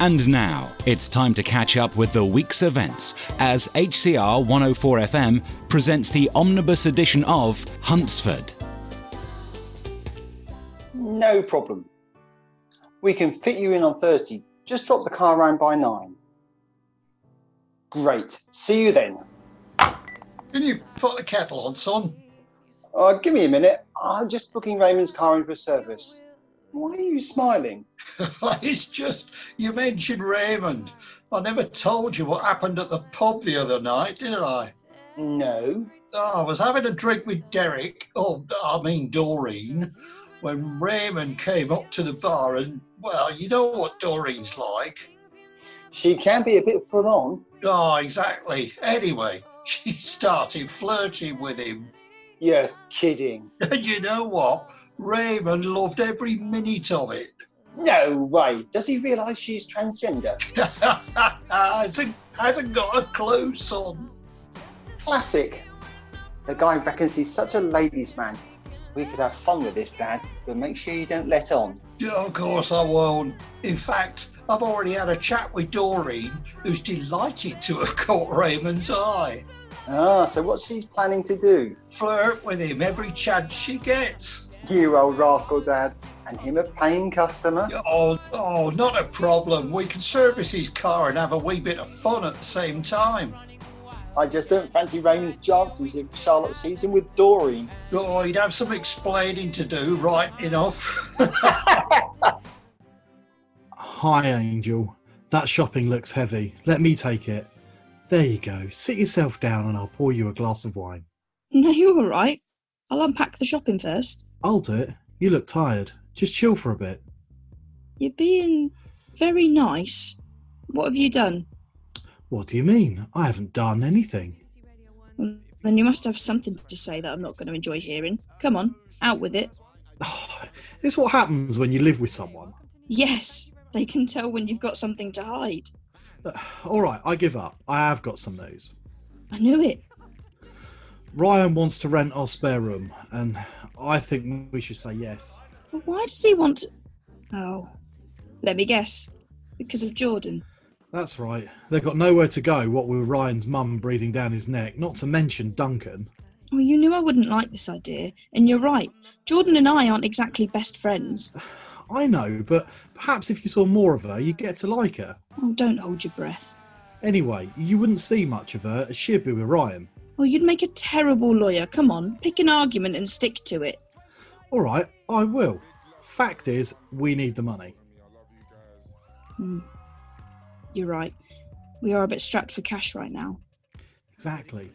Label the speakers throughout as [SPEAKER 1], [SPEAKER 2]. [SPEAKER 1] And now it's time to catch up with the week's events as HCR 104 FM presents the omnibus edition of Huntsford.
[SPEAKER 2] No problem. We can fit you in on Thursday. Just drop the car around by nine. Great. See you then.
[SPEAKER 3] Can you put the kettle on, son?
[SPEAKER 2] Oh, give me a minute. I'm just booking Raymond's car in for service. Why are you smiling?
[SPEAKER 3] it's just you mentioned Raymond. I never told you what happened at the pub the other night, did I?
[SPEAKER 2] No.
[SPEAKER 3] Oh, I was having a drink with Derek, or I mean Doreen, when Raymond came up to the bar, and well, you know what Doreen's like.
[SPEAKER 2] She can be a bit full on.
[SPEAKER 3] Oh, exactly. Anyway, she started flirting with him.
[SPEAKER 2] You're kidding.
[SPEAKER 3] And you know what? Raymond loved every minute of it.
[SPEAKER 2] No way. Does he realise she's transgender?
[SPEAKER 3] hasn't, hasn't got a clue, son.
[SPEAKER 2] Classic. The guy reckons he's such a ladies' man. We could have fun with this, Dad, but make sure you don't let on.
[SPEAKER 3] Yeah, of course I won't. In fact, I've already had a chat with Doreen, who's delighted to have caught Raymond's eye.
[SPEAKER 2] Ah, so what's she planning to do?
[SPEAKER 3] Flirt with him every chance she gets.
[SPEAKER 2] You old rascal, Dad. And him a paying customer?
[SPEAKER 3] Oh, oh, not a problem. We can service his car and have a wee bit of fun at the same time.
[SPEAKER 2] I just don't fancy Raymond's chances if Charlotte sees him with Doreen.
[SPEAKER 3] Oh, he'd have some explaining to do, right enough.
[SPEAKER 4] Hi, Angel. That shopping looks heavy. Let me take it. There you go. Sit yourself down and I'll pour you a glass of wine.
[SPEAKER 5] No, you're all right. I'll unpack the shopping first.
[SPEAKER 4] I'll do it. You look tired. Just chill for a bit.
[SPEAKER 5] You're being very nice. What have you done?
[SPEAKER 4] What do you mean? I haven't done anything.
[SPEAKER 5] Then you must have something to say that I'm not going to enjoy hearing. Come on, out with it.
[SPEAKER 4] it's what happens when you live with someone.
[SPEAKER 5] Yes, they can tell when you've got something to hide.
[SPEAKER 4] All right, I give up. I have got some news.
[SPEAKER 5] I knew it.
[SPEAKER 4] Ryan wants to rent our spare room, and I think we should say yes.
[SPEAKER 5] But why does he want to? Oh, let me guess. Because of Jordan.
[SPEAKER 4] That's right. They've got nowhere to go, what with Ryan's mum breathing down his neck, not to mention Duncan.
[SPEAKER 5] Well, you knew I wouldn't like this idea, and you're right. Jordan and I aren't exactly best friends.
[SPEAKER 4] I know, but perhaps if you saw more of her, you'd get to like her.
[SPEAKER 5] Oh, don't hold your breath.
[SPEAKER 4] Anyway, you wouldn't see much of her as she'd be with Ryan.
[SPEAKER 5] Oh, you'd make a terrible lawyer. Come on, pick an argument and stick to it.
[SPEAKER 4] All right, I will. Fact is, we need the money.
[SPEAKER 5] Hmm. You're right. We are a bit strapped for cash right now.
[SPEAKER 4] Exactly.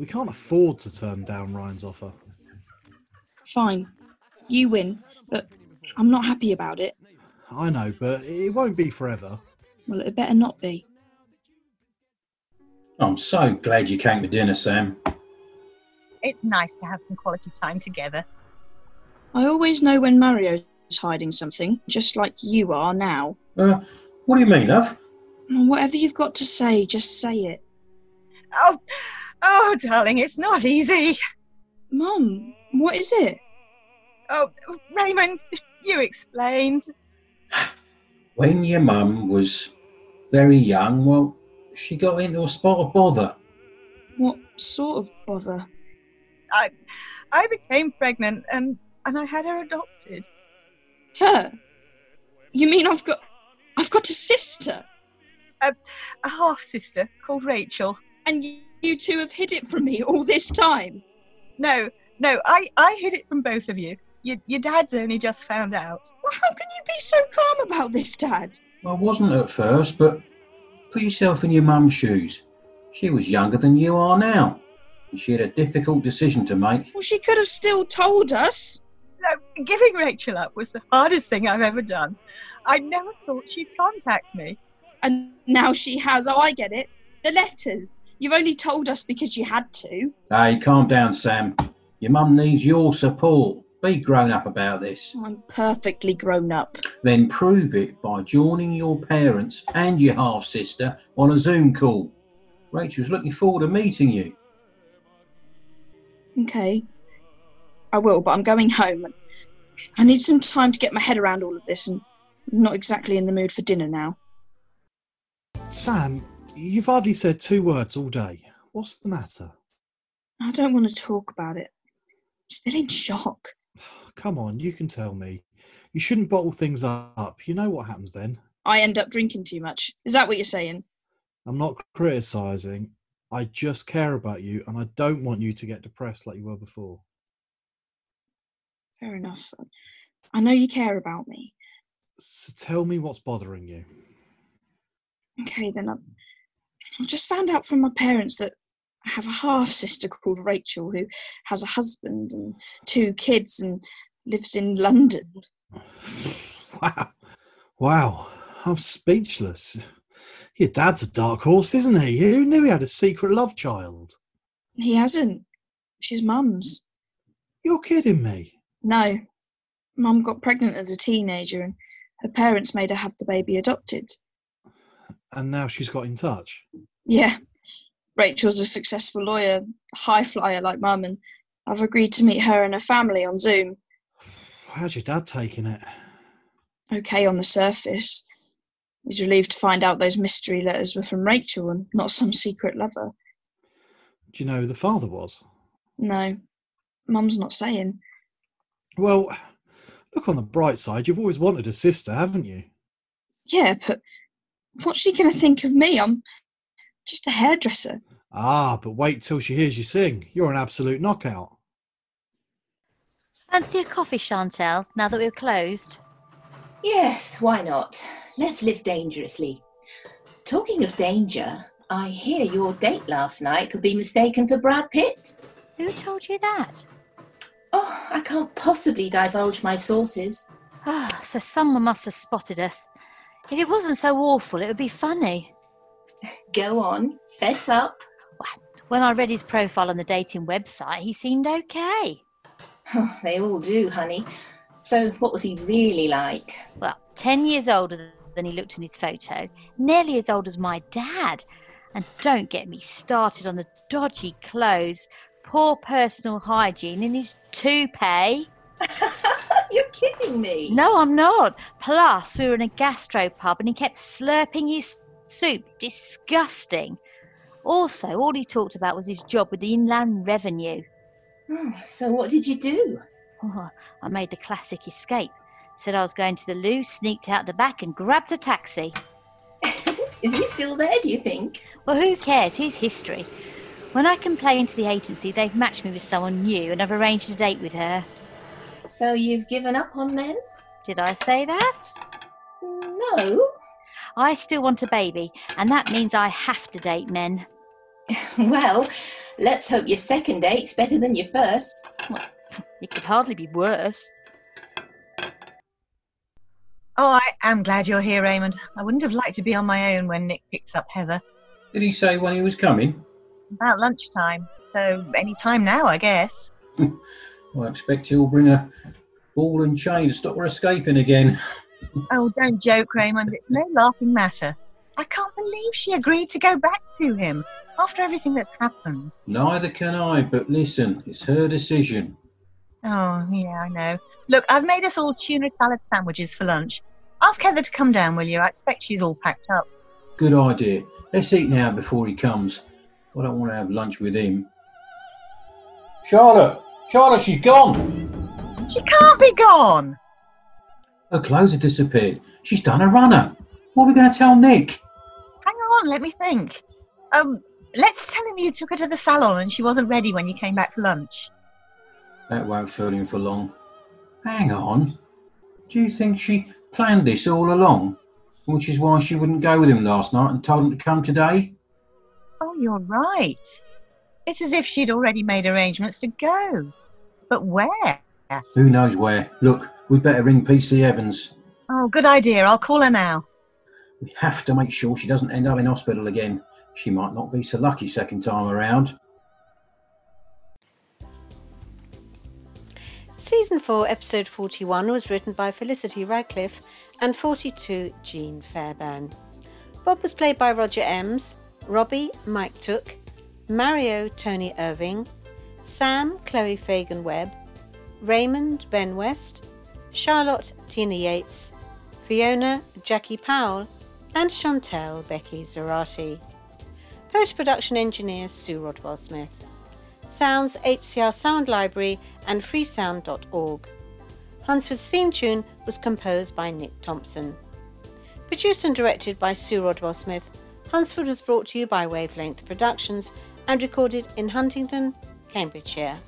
[SPEAKER 4] We can't afford to turn down Ryan's offer.
[SPEAKER 5] Fine. You win, but I'm not happy about it.
[SPEAKER 4] I know, but it won't be forever.
[SPEAKER 5] Well, it better not be.
[SPEAKER 6] I'm so glad you came to dinner, Sam.
[SPEAKER 7] It's nice to have some quality time together.
[SPEAKER 5] I always know when Mario's hiding something, just like you are now.
[SPEAKER 6] Uh, what do you mean, love?
[SPEAKER 5] Whatever you've got to say, just say it.
[SPEAKER 7] Oh, oh, darling, it's not easy.
[SPEAKER 5] Mum, what is it?
[SPEAKER 7] Oh, Raymond, you explain.
[SPEAKER 6] When your mum was very young, well, she got into a spot of bother.
[SPEAKER 5] What sort of bother?
[SPEAKER 7] I, I became pregnant and and I had her adopted.
[SPEAKER 5] Her? You mean I've got I've got a sister
[SPEAKER 7] A half sister called Rachel.
[SPEAKER 5] and y- you two have hid it from me all this time?
[SPEAKER 7] No, no, I I hid it from both of you. Your your dad's only just found out.
[SPEAKER 5] Well, how can you be so calm about this, Dad?
[SPEAKER 6] Well, I wasn't at first, but put yourself in your mum's shoes. She was younger than you are now. And she had a difficult decision to make.
[SPEAKER 5] Well, she could have still told us.
[SPEAKER 7] No, giving Rachel up was the hardest thing I've ever done. I never thought she'd contact me.
[SPEAKER 5] And now she has. Oh, I get it. The letters. You've only told us because you had to.
[SPEAKER 6] Hey, calm down, Sam. Your mum needs your support. Be grown up about this.
[SPEAKER 5] I'm perfectly grown up.
[SPEAKER 6] Then prove it by joining your parents and your half sister on a Zoom call. Rachel's looking forward to meeting you.
[SPEAKER 5] Okay. I will, but I'm going home. I need some time to get my head around all of this and I'm not exactly in the mood for dinner now.
[SPEAKER 4] Sam, you've hardly said two words all day. What's the matter?
[SPEAKER 5] I don't want to talk about it. I'm still in shock.
[SPEAKER 4] Come on, you can tell me. You shouldn't bottle things up. You know what happens then.
[SPEAKER 5] I end up drinking too much. Is that what you're saying?
[SPEAKER 4] I'm not criticizing. I just care about you and I don't want you to get depressed like you were before.
[SPEAKER 5] Fair enough. I know you care about me.
[SPEAKER 4] So tell me what's bothering you.
[SPEAKER 5] Okay, then I've, I've just found out from my parents that I have a half sister called Rachel who has a husband and two kids and lives in London.
[SPEAKER 4] Wow. Wow. I'm speechless. Your dad's a dark horse, isn't he? Who knew he had a secret love child?
[SPEAKER 5] He hasn't. She's mum's.
[SPEAKER 4] You're kidding me.
[SPEAKER 5] No. Mum got pregnant as a teenager and her parents made her have the baby adopted.
[SPEAKER 4] And now she's got in touch.
[SPEAKER 5] Yeah. Rachel's a successful lawyer, high flyer like mum, and I've agreed to meet her and her family on Zoom.
[SPEAKER 4] How's your dad taking it?
[SPEAKER 5] okay on the surface. He's relieved to find out those mystery letters were from Rachel and not some secret lover.
[SPEAKER 4] Do you know who the father was?
[SPEAKER 5] No, Mum's not saying.
[SPEAKER 4] Well, look on the bright side. You've always wanted a sister, haven't you?
[SPEAKER 5] Yeah, but what's she going to think of me? I'm just a hairdresser.
[SPEAKER 4] Ah, but wait till she hears you sing. You're an absolute knockout.
[SPEAKER 8] Fancy a coffee, Chantel, now that we're closed?
[SPEAKER 9] Yes, why not? Let's live dangerously. Talking of danger, I hear your date last night could be mistaken for Brad Pitt.
[SPEAKER 8] Who told you that?
[SPEAKER 9] Oh, I can't possibly divulge my sources.
[SPEAKER 8] Ah, so someone must have spotted us. If it wasn't so awful, it would be funny.
[SPEAKER 9] Go on, fess up.
[SPEAKER 8] When I read his profile on the dating website, he seemed okay.
[SPEAKER 9] Oh, they all do, honey. So, what was he really like?
[SPEAKER 8] Well, 10 years older than he looked in his photo, nearly as old as my dad. And don't get me started on the dodgy clothes, poor personal hygiene, and his toupee.
[SPEAKER 9] You're kidding me.
[SPEAKER 8] No, I'm not. Plus, we were in a gastro pub and he kept slurping his soup. Disgusting. Also, all he talked about was his job with the Inland Revenue.
[SPEAKER 9] Oh, so, what did you do?
[SPEAKER 8] Oh, I made the classic escape. Said I was going to the loo, sneaked out the back, and grabbed a taxi.
[SPEAKER 9] Is he still there, do you think?
[SPEAKER 8] Well, who cares? He's history. When I complained to the agency, they've matched me with someone new, and I've arranged a date with her.
[SPEAKER 9] So, you've given up on men?
[SPEAKER 8] Did I say that?
[SPEAKER 9] No.
[SPEAKER 8] I still want a baby, and that means I have to date men.
[SPEAKER 9] Well, let's hope your second date's better than your first.
[SPEAKER 8] It could hardly be worse.
[SPEAKER 7] Oh, I am glad you're here, Raymond. I wouldn't have liked to be on my own when Nick picks up Heather
[SPEAKER 6] Did he say when he was coming?
[SPEAKER 7] about lunchtime. So any time now, I guess.
[SPEAKER 6] Well, I expect he'll bring a ball and chain to stop her escaping again.
[SPEAKER 7] Oh, don't joke, Raymond. It's no laughing matter. I can't believe she agreed to go back to him after everything that's happened.
[SPEAKER 6] Neither can I, but listen, it's her decision.
[SPEAKER 7] Oh, yeah, I know. Look, I've made us all tuna salad sandwiches for lunch. Ask Heather to come down, will you? I expect she's all packed up.
[SPEAKER 6] Good idea. Let's eat now before he comes. I don't want to have lunch with him. Charlotte! Charlotte, she's gone!
[SPEAKER 7] She can't be gone!
[SPEAKER 6] Her clothes have disappeared. She's done a runner. What are we going to tell Nick?
[SPEAKER 7] Hang on, let me think. Um, let's tell him you took her to the salon and she wasn't ready when you came back for lunch.
[SPEAKER 6] That won't fool him for long. Hang on. Do you think she planned this all along? Which is why she wouldn't go with him last night and told him to come today?
[SPEAKER 7] Oh, you're right. It's as if she'd already made arrangements to go. But where?
[SPEAKER 6] Who knows where? Look, we'd better ring PC Evans.
[SPEAKER 7] Oh, good idea. I'll call her now.
[SPEAKER 6] We have to make sure she doesn't end up in hospital again. She might not be so lucky second time around.
[SPEAKER 10] Season 4, episode 41 was written by Felicity Radcliffe and 42 Jean Fairbairn. Bob was played by Roger Ems, Robbie Mike Took, Mario Tony Irving, Sam Chloe Fagan Webb, Raymond Ben E West, Charlotte Tina Yates, Fiona Jackie Powell,
[SPEAKER 7] and Chantel Becky Zerati. Post production engineer Sue Rodwell Smith. Sounds HCR Sound Library and freesound.org. Huntsford's theme tune was composed by Nick Thompson. Produced and directed by Sue Rodwell Smith, Huntsford was brought to you by Wavelength Productions and recorded in Huntingdon, Cambridgeshire.